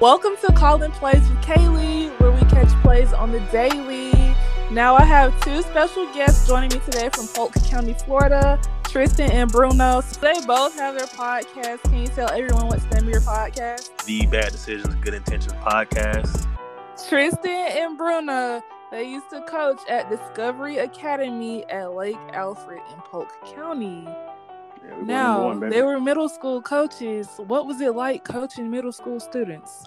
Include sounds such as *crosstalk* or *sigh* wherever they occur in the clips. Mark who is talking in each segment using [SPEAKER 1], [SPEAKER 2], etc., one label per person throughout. [SPEAKER 1] Welcome to Calling Plays with Kaylee, where we catch plays on the daily. Now I have two special guests joining me today from Polk County, Florida, Tristan and Bruno. So they both have their podcast. Can you tell everyone what's the name of your podcast?
[SPEAKER 2] The Bad Decisions, Good Intentions podcast.
[SPEAKER 1] Tristan and Bruno, they used to coach at Discovery Academy at Lake Alfred in Polk County.
[SPEAKER 2] Yeah, we
[SPEAKER 1] Now,
[SPEAKER 2] going, baby.
[SPEAKER 1] they were middle school coaches. What was it like coaching middle school students?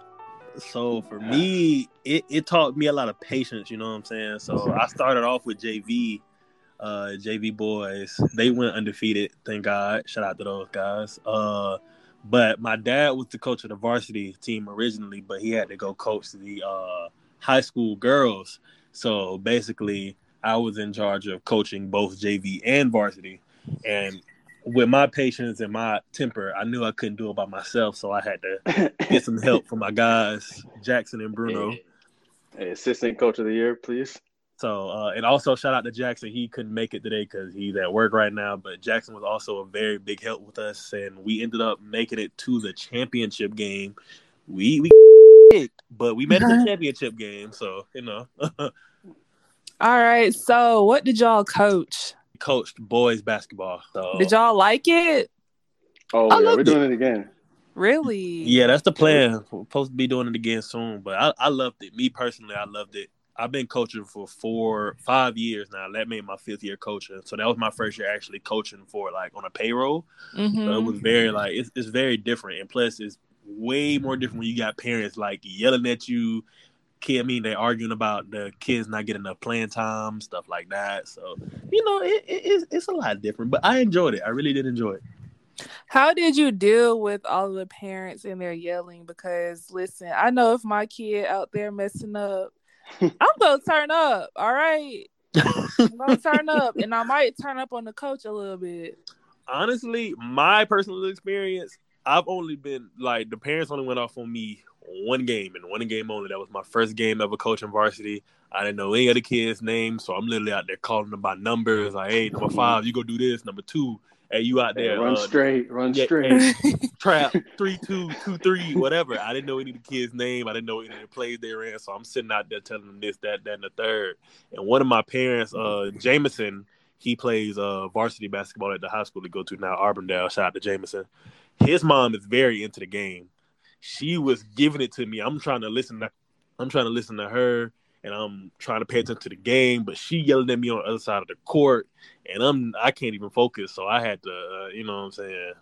[SPEAKER 2] So for me, it, it taught me a lot of patience, you know what I'm saying? So I started off with JV, uh, JV boys. They went undefeated, thank God. Shout out to those guys. Uh, but my dad was the coach of the varsity team originally, but he had to go coach the uh, high school girls. So basically, I was in charge of coaching both JV and varsity. And with my patience and my temper, I knew I couldn't do it by myself. So I had to get some help from my guys, Jackson and Bruno.
[SPEAKER 3] Hey, assistant coach of the year, please.
[SPEAKER 2] So, uh, and also shout out to Jackson. He couldn't make it today because he's at work right now. But Jackson was also a very big help with us, and we ended up making it to the championship game. We *laughs* we but we made it to the championship game. So you know,
[SPEAKER 1] All right. So, what did y'all coach?
[SPEAKER 2] coached boys basketball. So
[SPEAKER 1] Did y'all like it?
[SPEAKER 3] Oh,
[SPEAKER 2] I
[SPEAKER 3] yeah,
[SPEAKER 2] loved
[SPEAKER 3] we're doing it again.
[SPEAKER 1] Really?
[SPEAKER 2] Yeah, that's the plan. We're supposed to be doing it again soon, but I, I loved it. Me personally, I loved it. I've been coaching for four, five years now. That made my fifth year coaching. So that was my first year actually coaching for like on a payroll. So it
[SPEAKER 1] Mhm.
[SPEAKER 2] was very like it's, it's very different, and plus it's way more different when you got parents like yelling at you. Kid, I mean, they arguing about the kids not getting enough playing time, stuff like that. So you know, it, it, it's it's a lot different, but I enjoyed it. I really did enjoy it.
[SPEAKER 1] How did you deal with all of the parents and their yelling? Because listen, I know if my kid out there messing up,
[SPEAKER 2] *laughs*
[SPEAKER 1] I'm gonna turn up. All right, I'm
[SPEAKER 2] *laughs*
[SPEAKER 1] gonna turn up, and I might turn up on the coach a little bit.
[SPEAKER 2] honestly, my personal experience, I've only been like the parents only went off on me one game and one game only. That was my first game ever coaching varsity. I didn't know any of the kids' names, so I'm literally out there calling them by numbers. Like, hey, number five, you go do this. Number two, hey, you out
[SPEAKER 3] Hey,
[SPEAKER 2] there
[SPEAKER 3] run
[SPEAKER 2] uh,
[SPEAKER 3] straight, run
[SPEAKER 2] yeah,
[SPEAKER 3] straight.
[SPEAKER 2] hey, trap three two two three whatever. I didn't know any of the kids' name. I didn't know any of the plays they ran. So I'm sitting out there telling them this, that, that, and the third. And one of my parents, uh, Jameson, he plays uh varsity basketball at the high school to go to now, Arbondale. Shout out to Jameson. His mom is very into the game. She was giving it to me. I'm trying to listen. To, I'm trying to listen to her. And I'm trying to pay attention to the game, but she yelling at me on the other side of the court, and I'm I can't even focus. So I had to, uh, you know what I'm saying?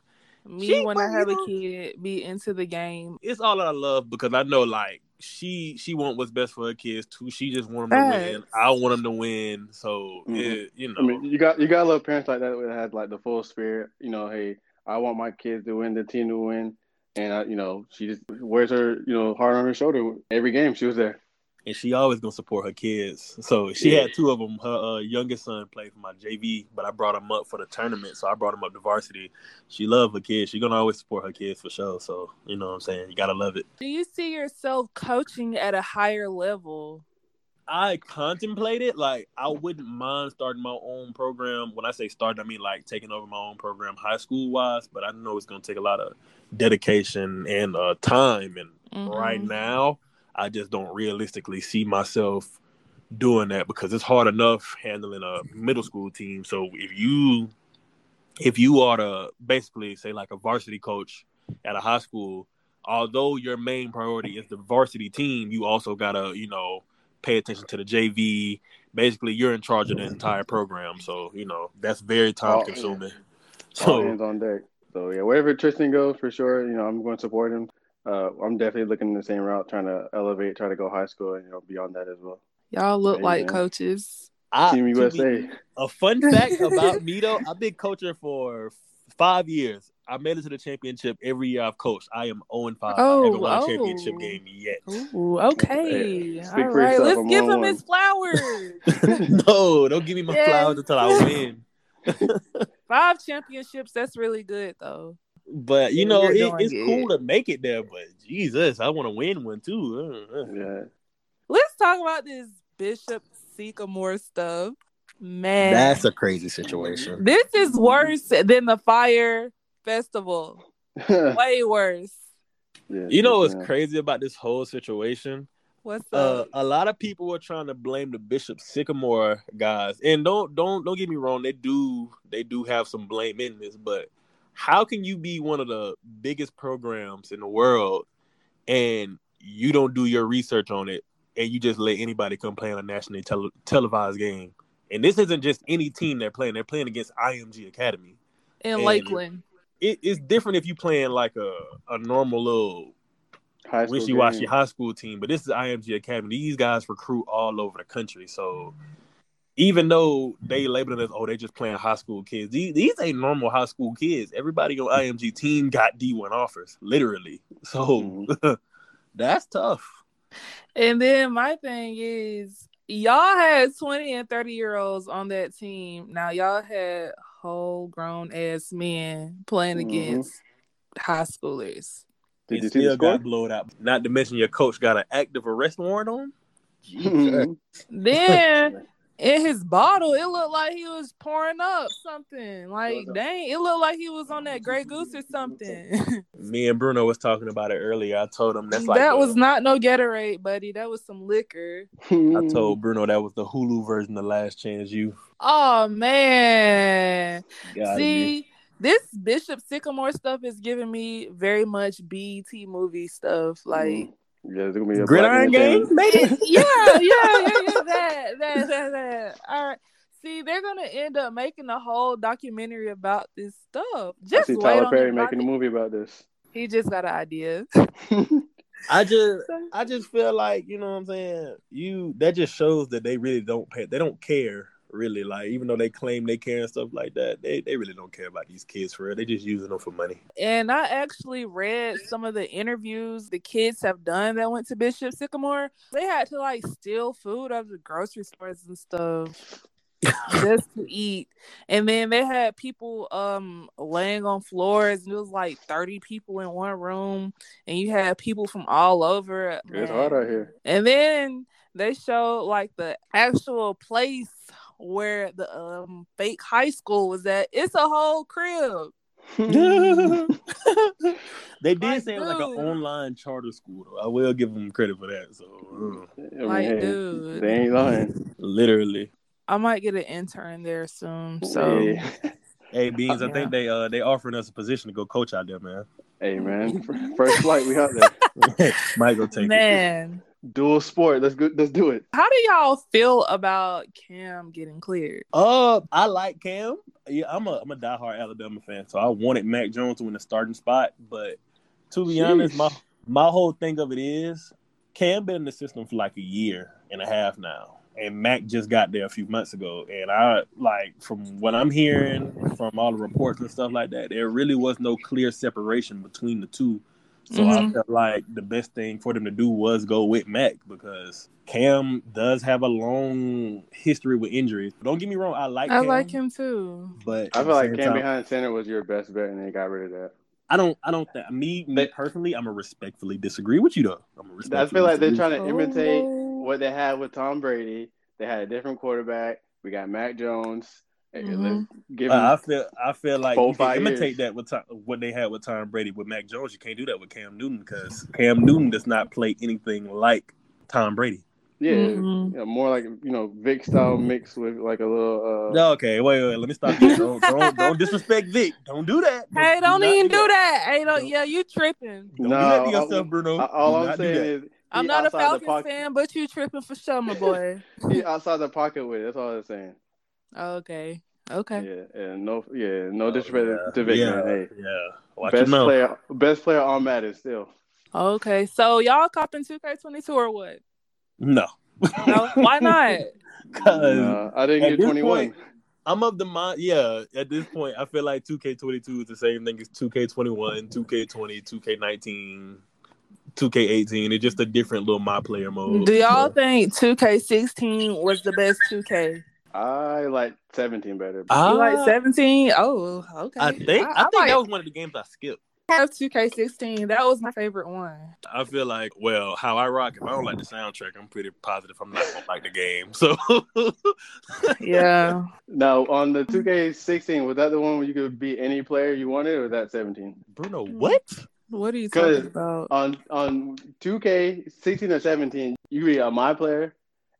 [SPEAKER 1] Me
[SPEAKER 2] She
[SPEAKER 1] when I
[SPEAKER 2] was,
[SPEAKER 1] have
[SPEAKER 2] you
[SPEAKER 1] a
[SPEAKER 2] know-
[SPEAKER 1] kid, be into the game.
[SPEAKER 2] it's all out of love because I know like she she want what's best for her kids too. She just want them to win.
[SPEAKER 1] Facts.
[SPEAKER 2] I want them to win. So
[SPEAKER 3] Mhm.
[SPEAKER 2] it, you know,
[SPEAKER 3] I mean, you got you got little parents like that that had like the full spirit. You know, hey, I want my kids to win, the team to win, and I, you know, she just wears her you know heart on her shoulder every game. She was there.
[SPEAKER 2] and she always gonna support her kids. So she
[SPEAKER 3] Yeah.
[SPEAKER 2] had two of them. Her uh, youngest son played for my JV, but I brought him up for the tournament. So I brought him up to varsity. She love her kids. She gonna always support her kids for sure. So you know what I'm saying. You gotta love it.
[SPEAKER 1] Do you see yourself coaching at a higher level?
[SPEAKER 2] I contemplated like I wouldn't mind starting my own program. When I say starting, I mean like taking over my own program, high school wise. But I know it's gonna take a lot of dedication and uh, time. And right
[SPEAKER 1] Mhm.
[SPEAKER 2] now, I just don't realistically see myself doing that because it's hard enough handling a middle school team. So if you if you are to basically say like a varsity coach at a high school, although your main priority is the varsity team, you also gotta you know pay attention to the JV. Basically, you're in charge of the entire program, so you know that's very time consuming.
[SPEAKER 3] All
[SPEAKER 2] So
[SPEAKER 3] hands on deck. So yeah, wherever Tristan goes, for sure, you know, I'm going to support him. Uh, I'm definitely looking the same route, trying to elevate, try to go high school, and you know, beyond that as well.
[SPEAKER 1] Y'all look
[SPEAKER 3] Hey,
[SPEAKER 1] like
[SPEAKER 3] man.
[SPEAKER 1] coaches.
[SPEAKER 2] I,
[SPEAKER 3] Team
[SPEAKER 2] Uh, to be-
[SPEAKER 3] USA.
[SPEAKER 2] *laughs* a fun
[SPEAKER 1] *laughs*
[SPEAKER 2] fact about me though, I've been coaching for f- five years. I made it to the championship every year I've coached. I am 0 and 5. I haven't won
[SPEAKER 1] Oh,
[SPEAKER 2] a championship
[SPEAKER 1] oh.
[SPEAKER 2] game yet.
[SPEAKER 3] *laughs*
[SPEAKER 1] Ooh, okay.
[SPEAKER 3] Yeah, speak
[SPEAKER 1] All
[SPEAKER 3] for
[SPEAKER 1] right,
[SPEAKER 3] yourself.
[SPEAKER 1] let's
[SPEAKER 3] I'm
[SPEAKER 1] give
[SPEAKER 3] on
[SPEAKER 1] him
[SPEAKER 3] one.
[SPEAKER 1] his flowers.
[SPEAKER 2] *laughs*
[SPEAKER 3] *laughs*
[SPEAKER 2] no, don't give me my
[SPEAKER 1] Yes.
[SPEAKER 2] flowers until I win.
[SPEAKER 1] Five championships, that's really good though.
[SPEAKER 2] But you
[SPEAKER 1] Yeah,
[SPEAKER 2] know,
[SPEAKER 1] you're
[SPEAKER 2] it,
[SPEAKER 1] doing
[SPEAKER 2] it's
[SPEAKER 1] good.
[SPEAKER 2] cool to make it there. But Jesus, I want to win one too. Uh, uh.
[SPEAKER 3] Yeah.
[SPEAKER 1] Let's talk about this Bishop Sycamore stuff. Man,
[SPEAKER 4] That's a crazy situation.
[SPEAKER 1] this is
[SPEAKER 3] *laughs*
[SPEAKER 1] worse than the fire festival. Way worse.
[SPEAKER 3] Yeah,
[SPEAKER 2] You know what's
[SPEAKER 3] yeah.
[SPEAKER 2] crazy about this whole situation?
[SPEAKER 1] What's
[SPEAKER 2] Uh,
[SPEAKER 1] up?
[SPEAKER 2] a lot of people were trying to blame the Bishop Sycamore guys, and don't don't don't get me wrong. They do they do have some blame in this, but how can you be one of the biggest programs in the world and you don't do your research on it, and you just let anybody come play on a nationally tele- televised game? And this isn't just any team they're playing; they're playing against IMG Academy
[SPEAKER 1] In
[SPEAKER 2] and-
[SPEAKER 1] Lakeland.
[SPEAKER 2] it, it's different if you playing like a, a normal little
[SPEAKER 3] High school
[SPEAKER 2] wishy washy
[SPEAKER 3] game.
[SPEAKER 2] high school team, but this is IMG Academy. These guys recruit all over the country. So even though they label it as oh, they just playing high school kids, these, these ain't normal high school kids. Everybody on IMG team got D one offers, literally.
[SPEAKER 3] Hmm.
[SPEAKER 2] So
[SPEAKER 3] Mm-hmm.
[SPEAKER 2] *laughs* that's tough.
[SPEAKER 1] And then my thing is, y'all had 20 and 30 year olds on that team. Now y'all had whole grown ass men playing
[SPEAKER 3] Mhm.
[SPEAKER 1] against high schoolers.
[SPEAKER 3] Did
[SPEAKER 2] You
[SPEAKER 3] you see the
[SPEAKER 2] still *laughs*
[SPEAKER 3] score?
[SPEAKER 2] got blowed out. Not to mention your coach got an active arrest warrant on. him.
[SPEAKER 3] *laughs* Mhm.
[SPEAKER 1] Then in his bottle, it looked like he was pouring up something. Like,
[SPEAKER 3] up.
[SPEAKER 1] dang, it looked like he was on that Grey Goose or
[SPEAKER 3] *laughs*
[SPEAKER 1] something.
[SPEAKER 2] Me and Bruno was talking about it earlier. I told him that's like
[SPEAKER 1] *laughs* that
[SPEAKER 2] the-
[SPEAKER 1] was not no Gatorade, buddy. That was some liquor.
[SPEAKER 3] Mm-hmm.
[SPEAKER 2] I told Bruno that was the Hulu version of Last Chance You.
[SPEAKER 1] Oh man.
[SPEAKER 2] Gotta be.
[SPEAKER 1] See, this Bishop Sycamore stuff is giving me very much BET movie stuff. *laughs* Like,
[SPEAKER 3] Mhm. yeah, it's gonna be a
[SPEAKER 2] Gridiron
[SPEAKER 3] black
[SPEAKER 2] Gang
[SPEAKER 3] entertainment.
[SPEAKER 2] made
[SPEAKER 1] yeah, *laughs*
[SPEAKER 3] *laughs*
[SPEAKER 1] yeah,
[SPEAKER 2] it.
[SPEAKER 1] yeah, yeah. That, that, that, that. All right. See, they're gonna end up making a whole documentary about this stuff.
[SPEAKER 3] I
[SPEAKER 1] Just
[SPEAKER 3] see
[SPEAKER 1] wait
[SPEAKER 3] Tyler
[SPEAKER 1] on
[SPEAKER 3] Perry
[SPEAKER 1] the
[SPEAKER 3] making a
[SPEAKER 1] docu-
[SPEAKER 3] movie
[SPEAKER 1] *laughs*
[SPEAKER 3] about this. *laughs*
[SPEAKER 1] He just got an idea. *laughs*
[SPEAKER 2] I just I just feel like, you know what I'm saying? You that just shows that they really don't pay they don't care really. Like even though they claim they care and stuff like that, they, they really don't care about these kids for real. They just using them for money.
[SPEAKER 1] And I actually read some of the interviews the kids have done that went to Bishop Sycamore. They had to like steal food out of the grocery stores and
[SPEAKER 3] *laughs*
[SPEAKER 1] stuff just to eat. And then they had people um laying on floors and it was like 30 people in one room and you had people from all over.
[SPEAKER 3] It's hard out here.
[SPEAKER 1] And then they showed like the actual place where the um fake high school was at. It's a whole crib.
[SPEAKER 2] *laughs* they did
[SPEAKER 1] Mm-hmm. *laughs* Like,
[SPEAKER 2] say it was like an
[SPEAKER 1] dude.
[SPEAKER 2] online charter school though. I will give them credit for that. So mm,
[SPEAKER 3] I mean,
[SPEAKER 1] Like,
[SPEAKER 3] hey,
[SPEAKER 1] dude.
[SPEAKER 3] they ain't lying.
[SPEAKER 2] literally.
[SPEAKER 1] I might get an intern there soon. *laughs* So
[SPEAKER 3] Yeah.
[SPEAKER 2] Hey Beans, I
[SPEAKER 1] Yeah.
[SPEAKER 2] think they uh they offering us a position to go coach out there, man. *laughs*
[SPEAKER 3] hey man, first flight we out there.
[SPEAKER 1] *laughs*
[SPEAKER 2] Might go take it.
[SPEAKER 1] man,
[SPEAKER 3] Dual sport. Let's go. Let's do it.
[SPEAKER 1] how do y'all feel about Cam getting cleared?
[SPEAKER 2] Uh, I like Cam. Yeah, I'm a I'm a diehard Alabama fan, so I wanted Mac Jones to win the starting spot. But to be
[SPEAKER 3] Sheesh.
[SPEAKER 2] honest, my my whole thing of it is Cam been in the system for like a year and a half now, and Mac just got there a few months ago. And I like from what I'm hearing from all the reports and stuff like that, there really was no clear separation between the two. So I
[SPEAKER 1] Mhm.
[SPEAKER 2] felt like the best thing for them to do was go with Mac because Cam does have a long history with injuries. Don't get me wrong, I like
[SPEAKER 1] I
[SPEAKER 2] Cam,
[SPEAKER 1] like him too.
[SPEAKER 2] but
[SPEAKER 3] I
[SPEAKER 2] at
[SPEAKER 3] feel
[SPEAKER 2] the
[SPEAKER 3] like
[SPEAKER 2] same
[SPEAKER 3] Cam
[SPEAKER 2] time,
[SPEAKER 3] behind center was your best bet, and they got rid of that.
[SPEAKER 2] I don't I don't th- me, me personally I'm gonna respectful disagree with you though. I'm gonna
[SPEAKER 3] I
[SPEAKER 2] respectfully
[SPEAKER 3] feel like they're
[SPEAKER 2] disagree.
[SPEAKER 3] trying to imitate
[SPEAKER 1] Oh.
[SPEAKER 3] what they had with Tom Brady. They had a different quarterback. We got Mac Jones. Hey,
[SPEAKER 1] Mm-hmm.
[SPEAKER 3] Let's give him.
[SPEAKER 2] Uh, I feel I feel like
[SPEAKER 3] Four,
[SPEAKER 2] you
[SPEAKER 3] five
[SPEAKER 2] can imitate
[SPEAKER 3] years.
[SPEAKER 2] that with Tom, what they had with Tom Brady with Mac Jones. You can't do that with Cam Newton because Cam Newton does not play anything like Tom Brady.
[SPEAKER 3] yeah,
[SPEAKER 1] Mhm.
[SPEAKER 3] yeah, more like you know Vic style mixed with like a little. Uh,
[SPEAKER 2] Mm-hmm. No, okay, wait, wait, let me stop. You.
[SPEAKER 3] *laughs*
[SPEAKER 2] Don't, don't don't disrespect Vic. Don't do that.
[SPEAKER 1] Hey, don't
[SPEAKER 2] not
[SPEAKER 1] even
[SPEAKER 2] that.
[SPEAKER 1] do that. Hey, don't.
[SPEAKER 2] Don't-
[SPEAKER 1] Yeah, you tripping.
[SPEAKER 2] Don't do that to
[SPEAKER 3] No, I-
[SPEAKER 2] yourself, Bruno.
[SPEAKER 3] I- all
[SPEAKER 2] Do
[SPEAKER 3] I'm
[SPEAKER 2] not do that.
[SPEAKER 3] saying is,
[SPEAKER 1] I'm
[SPEAKER 3] he
[SPEAKER 1] not a
[SPEAKER 3] outside the
[SPEAKER 1] Falcons
[SPEAKER 3] pocket-
[SPEAKER 1] fan, but you tripping for sure, my boy.
[SPEAKER 3] He outside the pocket with. it. That's all I'm saying.
[SPEAKER 1] okay, okay.
[SPEAKER 3] Yeah, and no, yeah, no
[SPEAKER 2] Oh,
[SPEAKER 3] disrespect
[SPEAKER 2] yeah.
[SPEAKER 3] to Vic,
[SPEAKER 2] yeah,
[SPEAKER 3] man. Hey,
[SPEAKER 2] yeah. Watch your
[SPEAKER 3] best
[SPEAKER 2] mouth.
[SPEAKER 3] player, best player on Madden still.
[SPEAKER 1] Okay, so y'all copping 2K22 or what?
[SPEAKER 2] No, *laughs*
[SPEAKER 1] No, why not?
[SPEAKER 2] because
[SPEAKER 3] Nah, I didn't
[SPEAKER 2] at
[SPEAKER 3] get
[SPEAKER 2] this
[SPEAKER 3] 21.
[SPEAKER 2] I'm of the mind. Yeah, at this point, I feel like 2K22 is the same thing as 2K21, 2K20, 2K19, 2K18. It's just a different little my player mode.
[SPEAKER 1] Do y'all think 2K16 was the best 2K?
[SPEAKER 3] I like 17 better.
[SPEAKER 2] I,
[SPEAKER 1] You like 17? Oh, okay.
[SPEAKER 2] Uh, I think I,
[SPEAKER 1] I,
[SPEAKER 2] think that was one of the games I skipped.
[SPEAKER 1] have 2K16. That was my favorite one.
[SPEAKER 2] I feel like, well, how I rock. If I don't like the soundtrack, I'm pretty positive I'm not gonna like the game. So *laughs*
[SPEAKER 1] Yeah.
[SPEAKER 3] Now on the 2K16, was that the one where you could beat any player you wanted, or was that 17?
[SPEAKER 2] Bruno, what?
[SPEAKER 1] *laughs* What are you
[SPEAKER 3] 'Cause-
[SPEAKER 1] talking about?
[SPEAKER 3] on on 2K 16 or 17, you could be a my player,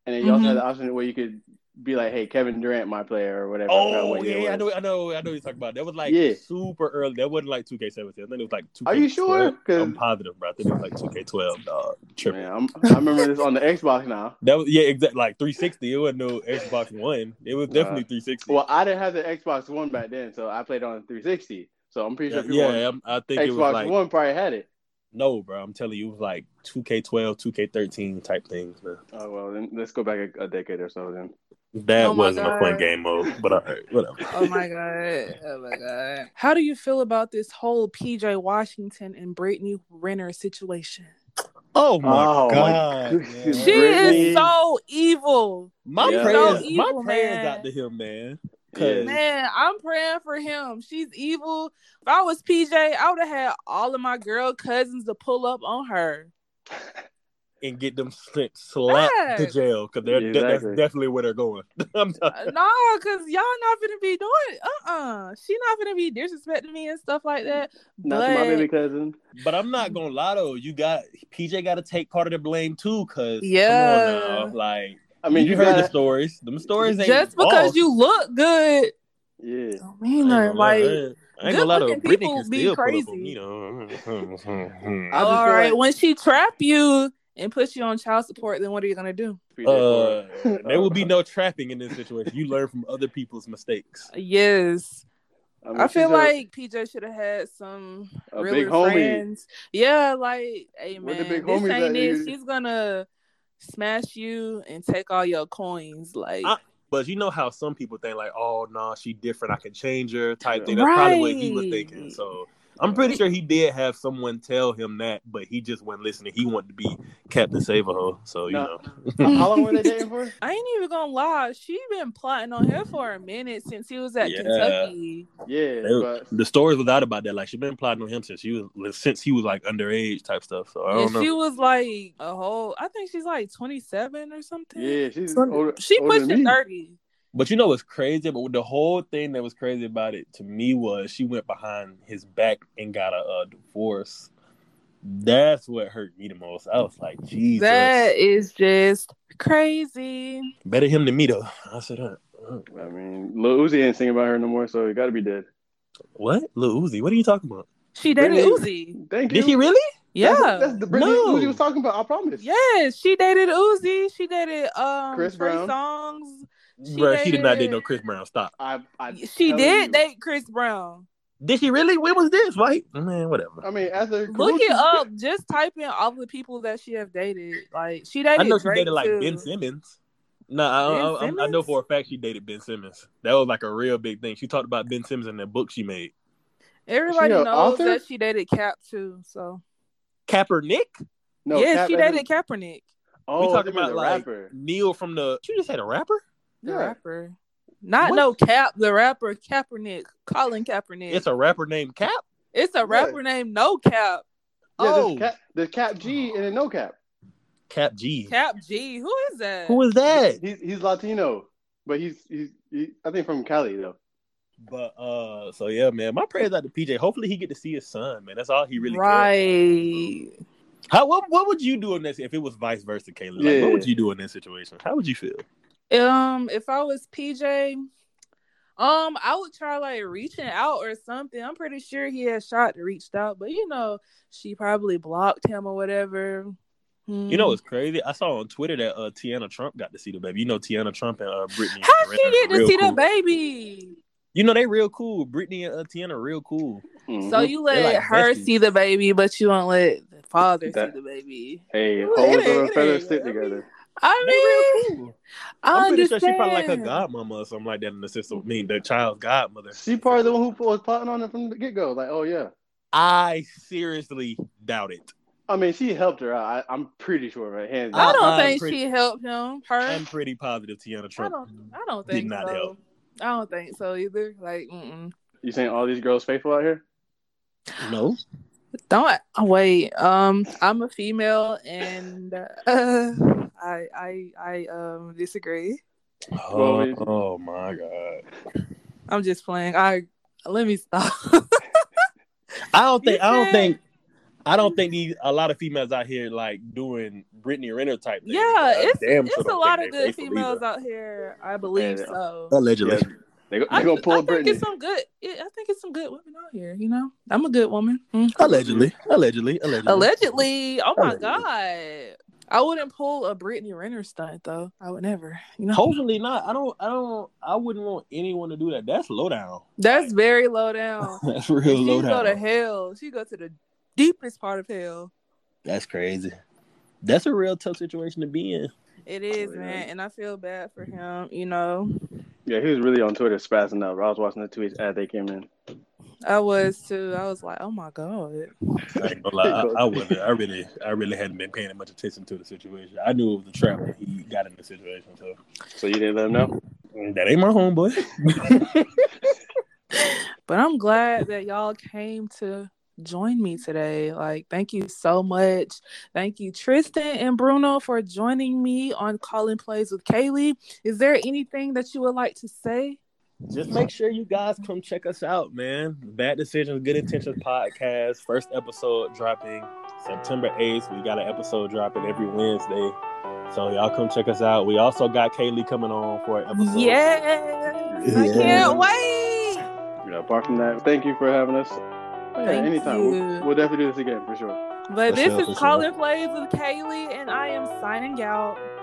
[SPEAKER 3] and then you also
[SPEAKER 1] Mhm.
[SPEAKER 3] had the option where you could be like, hey, Kevin Durant, my player, or whatever. I forgot
[SPEAKER 2] Oh
[SPEAKER 3] what year it
[SPEAKER 2] yeah, I
[SPEAKER 3] was.
[SPEAKER 2] know, I know, I know. What you're talking about that was like
[SPEAKER 3] Yeah.
[SPEAKER 2] super early. That wasn't like 2K17. I think it was like 2K.
[SPEAKER 3] Are you sure?
[SPEAKER 2] I'm
[SPEAKER 3] 'Cause-
[SPEAKER 2] positive, bro. I think it was like 2K12, dog. Tripping.
[SPEAKER 3] Man, I'm, I remember this on the Xbox now.
[SPEAKER 2] That was yeah, exactly like 360. It wasn't no Xbox One. It was definitely 360.
[SPEAKER 3] Well, I didn't have the Xbox One back then, so I played on 360. So I'm pretty
[SPEAKER 2] yeah,
[SPEAKER 3] sure people
[SPEAKER 2] yeah I'm- I think
[SPEAKER 3] on
[SPEAKER 2] it
[SPEAKER 3] Xbox
[SPEAKER 2] was like
[SPEAKER 3] One probably had it.
[SPEAKER 2] no, bro. I'm telling you, it was like 2K12, 2K13 type things, man.
[SPEAKER 3] Oh well, then let's go back a, a decade or so then.
[SPEAKER 2] That
[SPEAKER 1] Oh my
[SPEAKER 2] wasn't a fun
[SPEAKER 1] God.
[SPEAKER 2] game mode, but all right, whatever.
[SPEAKER 1] Oh
[SPEAKER 3] *laughs*
[SPEAKER 1] my god. Oh my god. How do you feel about this whole PJ Washington and Brittany Renner situation?
[SPEAKER 2] Oh my
[SPEAKER 3] Oh, my
[SPEAKER 2] god,
[SPEAKER 3] goodness.
[SPEAKER 2] man.
[SPEAKER 1] She
[SPEAKER 3] Brittany-
[SPEAKER 1] is so evil.
[SPEAKER 2] my
[SPEAKER 3] Yeah.
[SPEAKER 2] prayers,
[SPEAKER 1] So
[SPEAKER 2] my
[SPEAKER 1] evil,
[SPEAKER 2] prayers
[SPEAKER 1] man.
[SPEAKER 2] out to him, man. 'Cause-
[SPEAKER 1] Man, I'm praying for him. She's evil. If I was PJ, I would have had all of my girl cousins to pull up on
[SPEAKER 3] *laughs*
[SPEAKER 1] her.
[SPEAKER 2] and get them slipped slapped to
[SPEAKER 1] Facts.
[SPEAKER 2] jail because they're
[SPEAKER 3] Yeah,
[SPEAKER 2] de-
[SPEAKER 3] exactly.
[SPEAKER 2] that's definitely where they're going. *laughs* I'm not-
[SPEAKER 1] Uh, nah, cause y'all not gonna be doing. Uh, uh she not gonna be disrespecting me and stuff like that.
[SPEAKER 3] Not to my
[SPEAKER 1] But-
[SPEAKER 3] baby cousin.
[SPEAKER 2] but I'm
[SPEAKER 1] Mm.
[SPEAKER 2] not gonna lie though, you got PJ got to take part of the blame too, cause come
[SPEAKER 1] Yeah.
[SPEAKER 2] on now, like
[SPEAKER 3] I
[SPEAKER 2] I mean,
[SPEAKER 3] mean,
[SPEAKER 2] you, heard
[SPEAKER 3] got
[SPEAKER 2] the stories, them stories ain't
[SPEAKER 1] Just because
[SPEAKER 2] false.
[SPEAKER 1] you look good,
[SPEAKER 3] Yeah,
[SPEAKER 1] don't
[SPEAKER 2] I
[SPEAKER 1] mean
[SPEAKER 2] ain't
[SPEAKER 1] nothing.
[SPEAKER 2] gonna lie,
[SPEAKER 1] Like,
[SPEAKER 2] I ain't gonna lie though,
[SPEAKER 1] good-looking
[SPEAKER 2] Britney
[SPEAKER 1] people
[SPEAKER 2] can
[SPEAKER 1] be
[SPEAKER 2] still
[SPEAKER 1] crazy.
[SPEAKER 2] pull up on me though. *laughs*
[SPEAKER 3] I just
[SPEAKER 1] all
[SPEAKER 3] feel
[SPEAKER 1] right,
[SPEAKER 3] like-
[SPEAKER 1] when she trap you and puts you on child support, then what are you gonna do?
[SPEAKER 3] PJ
[SPEAKER 2] Uh,
[SPEAKER 3] for it.
[SPEAKER 2] there will
[SPEAKER 3] *laughs*
[SPEAKER 2] be no trapping in this situation. You learn from other people's mistakes.
[SPEAKER 1] Yes,
[SPEAKER 3] mean,
[SPEAKER 1] I feel
[SPEAKER 3] she's a-
[SPEAKER 1] like PJ should have had some
[SPEAKER 3] a
[SPEAKER 1] really
[SPEAKER 3] big homie.
[SPEAKER 1] friends. Yeah, like, hey
[SPEAKER 3] Where
[SPEAKER 1] man,
[SPEAKER 3] the big
[SPEAKER 1] this
[SPEAKER 3] homies at,
[SPEAKER 1] ain't it.
[SPEAKER 3] dude?
[SPEAKER 1] She's gonna smash you and take all your coins. Like,
[SPEAKER 2] I- But you know how some people think like, oh no, she different. I can change her type thing. That's probably what he was
[SPEAKER 1] Right.
[SPEAKER 2] thinking. So I'm pretty sure he did have someone tell him that, but he just wasn't listening. He wanted to be Captain Save-A-Ho. So you
[SPEAKER 3] No.
[SPEAKER 2] know,
[SPEAKER 3] *laughs* How
[SPEAKER 2] *laughs*
[SPEAKER 3] long were they dating for?
[SPEAKER 1] I ain't even gonna lie. She been plotting on him for a minute since he was at
[SPEAKER 2] Yeah.
[SPEAKER 1] Kentucky.
[SPEAKER 3] Yeah,
[SPEAKER 2] They-
[SPEAKER 3] but
[SPEAKER 2] the stories was out about that. Like she been plotting on him since she was since he was like underage type stuff. So I don't
[SPEAKER 1] And
[SPEAKER 2] know.
[SPEAKER 1] she was like a whole. I think she's like twenty seven or something.
[SPEAKER 3] yeah, she's
[SPEAKER 1] Twenty-
[SPEAKER 3] older,
[SPEAKER 1] she
[SPEAKER 3] older
[SPEAKER 1] pushed
[SPEAKER 3] than me.
[SPEAKER 1] thirty.
[SPEAKER 2] But you know what's crazy? But the whole thing that was crazy about it to me was she went behind his back and got a, uh divorce. That's what hurt me the most. I was like, Jesus.
[SPEAKER 1] That is just crazy.
[SPEAKER 2] Better him than me though. I said, uh, huh, huh.
[SPEAKER 3] I mean, Lil Uzi ain't singing about her no more, so he got to be dead.
[SPEAKER 2] what? Lil Uzi, what are you talking about?
[SPEAKER 1] She dated
[SPEAKER 3] Really?
[SPEAKER 1] Uzi.
[SPEAKER 3] Thank you.
[SPEAKER 2] Did he really?
[SPEAKER 1] Yeah.
[SPEAKER 3] That's, that's the Britney
[SPEAKER 2] No.
[SPEAKER 3] Uzi was talking about. I promise.
[SPEAKER 1] Yes, she dated Uzi. She dated um
[SPEAKER 3] Chris
[SPEAKER 1] Trey
[SPEAKER 3] Brown.
[SPEAKER 1] Songz. She
[SPEAKER 2] Bro, she did not
[SPEAKER 1] dated-
[SPEAKER 2] date no Chris Brown. Stop.
[SPEAKER 3] I, I
[SPEAKER 1] She
[SPEAKER 3] tell
[SPEAKER 1] did
[SPEAKER 3] you.
[SPEAKER 1] date Chris Brown.
[SPEAKER 2] Did she really? When was this? Like, man, whatever.
[SPEAKER 3] I
[SPEAKER 1] Oh,
[SPEAKER 3] mean, as a
[SPEAKER 1] Look it up. Just type in all the people that she have dated. Like she dated.
[SPEAKER 2] I know she
[SPEAKER 1] Drake,
[SPEAKER 2] dated like
[SPEAKER 1] too.
[SPEAKER 2] Ben Simmons. No, I,
[SPEAKER 1] Ben
[SPEAKER 2] I, I, I know
[SPEAKER 1] Simmons?
[SPEAKER 2] for a fact she dated Ben Simmons. That was like a real big thing. She talked about Ben Simmons in that book she made.
[SPEAKER 1] Everybody
[SPEAKER 3] She a
[SPEAKER 1] knows
[SPEAKER 3] author?
[SPEAKER 1] that she dated Cap too. So
[SPEAKER 2] Kaepernick?
[SPEAKER 3] No,
[SPEAKER 1] yeah,
[SPEAKER 3] Cap
[SPEAKER 1] she
[SPEAKER 3] as in-
[SPEAKER 1] dated Kaepernick,
[SPEAKER 3] Oh,
[SPEAKER 2] We
[SPEAKER 3] we
[SPEAKER 2] talking
[SPEAKER 3] talking about
[SPEAKER 2] about,
[SPEAKER 3] the
[SPEAKER 2] like-
[SPEAKER 3] rapper.
[SPEAKER 2] Neil from the. You just had a rapper?
[SPEAKER 1] the
[SPEAKER 3] Yeah.
[SPEAKER 1] rapper. Not
[SPEAKER 2] What?
[SPEAKER 1] no Cap, the rapper Kaepernick, Colin Kaepernick.
[SPEAKER 2] It's a rapper named Cap?
[SPEAKER 1] It's a rapper named No Cap.
[SPEAKER 3] Yeah,
[SPEAKER 2] oh,
[SPEAKER 3] there's Cap, there's Cap G and then no Cap.
[SPEAKER 2] Cap G.
[SPEAKER 1] Cap G. Who is that?
[SPEAKER 2] Who is that?
[SPEAKER 3] He's he's Latino, but he's he's he, I think from Cali though.
[SPEAKER 2] But uh, so yeah, man, my prayers out to PJ. Hopefully, he get to see his son, man. That's all he really. Right.
[SPEAKER 1] right.
[SPEAKER 2] How what what would you do in this if it was vice versa, Kayla? Like,
[SPEAKER 3] Yeah.
[SPEAKER 2] What would you do in that situation? How would you feel?
[SPEAKER 1] Um, if I was PJ, um, I would try like reaching out or something. I'm pretty sure he had shot reached out, but you know, she probably blocked him or whatever. Hmm.
[SPEAKER 2] You know,
[SPEAKER 1] Mm.
[SPEAKER 2] it's crazy. I saw on Twitter that uh, Tiana Trump got to see the baby. You know, Tiana Trump and uh, Brittany.
[SPEAKER 1] how she get to see the
[SPEAKER 2] cool.
[SPEAKER 1] baby?
[SPEAKER 2] You know, they real cool. Brittany and uh, Tiana real cool.
[SPEAKER 1] So
[SPEAKER 3] Mhm.
[SPEAKER 1] you
[SPEAKER 2] Mm-hmm. They
[SPEAKER 1] let
[SPEAKER 2] like
[SPEAKER 1] her
[SPEAKER 2] besties.
[SPEAKER 1] see the baby, but you won't let the father
[SPEAKER 3] That-
[SPEAKER 1] see the baby.
[SPEAKER 3] hey,
[SPEAKER 2] Well,
[SPEAKER 3] hoes
[SPEAKER 2] it ain't-
[SPEAKER 3] of a
[SPEAKER 2] it
[SPEAKER 3] feather
[SPEAKER 2] ain't-
[SPEAKER 3] stick
[SPEAKER 2] I mean-
[SPEAKER 3] together.
[SPEAKER 1] I
[SPEAKER 2] They
[SPEAKER 1] mean,
[SPEAKER 2] real cool.
[SPEAKER 1] I
[SPEAKER 2] I'm pretty sure
[SPEAKER 1] understand.
[SPEAKER 2] she probably like her godmama or something like that, and the sister, I mean, the child's godmother.
[SPEAKER 3] She probably the one who was plotting on it from the get go. Like, oh yeah.
[SPEAKER 2] I seriously doubt it.
[SPEAKER 3] I mean, she helped her out. I, I'm pretty sure, right? Hands
[SPEAKER 1] I
[SPEAKER 3] down.
[SPEAKER 1] don't
[SPEAKER 2] I'm
[SPEAKER 1] think
[SPEAKER 2] pretty-
[SPEAKER 1] she helped him. Her,
[SPEAKER 2] I'm pretty positive Tiana
[SPEAKER 1] I
[SPEAKER 2] Trump.
[SPEAKER 1] don't. I don't
[SPEAKER 2] did
[SPEAKER 1] think
[SPEAKER 2] not
[SPEAKER 1] so.
[SPEAKER 2] help.
[SPEAKER 1] I don't think so either. Like, mm-mm.
[SPEAKER 3] You saying all these girls faithful out here?
[SPEAKER 2] No.
[SPEAKER 1] Don't oh, wait. Um, I'm a female, and uh, *laughs* I I I um disagree.
[SPEAKER 2] Oh,
[SPEAKER 3] Well, we-
[SPEAKER 2] oh my god.
[SPEAKER 1] I'm just playing. I let me stop.
[SPEAKER 2] I don't think. I don't
[SPEAKER 1] said-
[SPEAKER 2] think. I don't think these a lot of females out here like doing Brittany Renner type. Things,
[SPEAKER 1] *laughs* Yeah,
[SPEAKER 2] but I
[SPEAKER 1] it's
[SPEAKER 2] Uh, damn sure
[SPEAKER 1] it's a
[SPEAKER 2] don't
[SPEAKER 1] lot
[SPEAKER 2] think
[SPEAKER 1] of
[SPEAKER 2] they
[SPEAKER 1] good
[SPEAKER 2] faithful either.
[SPEAKER 1] females out here. I believe
[SPEAKER 3] Yeah.
[SPEAKER 1] so.
[SPEAKER 4] Allegedly.
[SPEAKER 3] Yeah. They go,
[SPEAKER 1] I,
[SPEAKER 3] they gonna
[SPEAKER 1] I
[SPEAKER 3] pull
[SPEAKER 1] think
[SPEAKER 3] Brittany.
[SPEAKER 1] it's some good. yeah, I think it's some good women out here. You know, I'm a good woman. Mm.
[SPEAKER 4] Allegedly. Allegedly. Allegedly.
[SPEAKER 1] Allegedly, oh my
[SPEAKER 4] Allegedly.
[SPEAKER 1] god, I wouldn't pull a Brittany Renner stunt though. I would never. You know,
[SPEAKER 2] Hopefully not. I don't. I don't. I wouldn't want anyone to do that. That's low down. *laughs*
[SPEAKER 1] that's very low down.
[SPEAKER 2] That's
[SPEAKER 1] she
[SPEAKER 2] real low
[SPEAKER 1] go to
[SPEAKER 2] down.
[SPEAKER 1] hell. She go to the deepest part of hell.
[SPEAKER 4] That's crazy.
[SPEAKER 2] That's a real tough situation to be in.
[SPEAKER 1] It is,
[SPEAKER 3] yeah.
[SPEAKER 1] man, and I feel bad for him. You know,
[SPEAKER 3] Yeah, he was really on Twitter spazzing up. I was watching the tweets as they came in.
[SPEAKER 1] I was too. I was like, oh my god.
[SPEAKER 2] I, ain't *laughs* gonna lie. I, I wasn't. I really, I really hadn't been paying much attention to the situation. I knew it was a trap when he got in the situation. So
[SPEAKER 3] So you didn't let him know?
[SPEAKER 2] that ain't my homeboy.
[SPEAKER 1] But I'm glad that y'all came to join me today. Like, thank you so much. Thank you, Tristan and Bruno, for joining me on Calling Plays with Kaylee. Is there anything that you would like to say?
[SPEAKER 2] *laughs* Just make sure you guys come check us out, man. Bad Decisions, Good Intentions podcast. First episode dropping September 8th. We got an episode dropping every Wednesday. So y'all come check us out. We also got Kaylee coming on for an episode.
[SPEAKER 1] Yes. I
[SPEAKER 4] Yeah.
[SPEAKER 1] can't wait.
[SPEAKER 3] Yeah, apart from that, thank you for having us. Oh, yeah,
[SPEAKER 1] Thank
[SPEAKER 3] anytime.
[SPEAKER 1] you.
[SPEAKER 3] We'll, we'll definitely do this again for sure.
[SPEAKER 1] But
[SPEAKER 4] For
[SPEAKER 1] this
[SPEAKER 4] sure, for
[SPEAKER 1] is
[SPEAKER 4] sure.
[SPEAKER 1] Calling Plays with Kaylee, and I am signing out.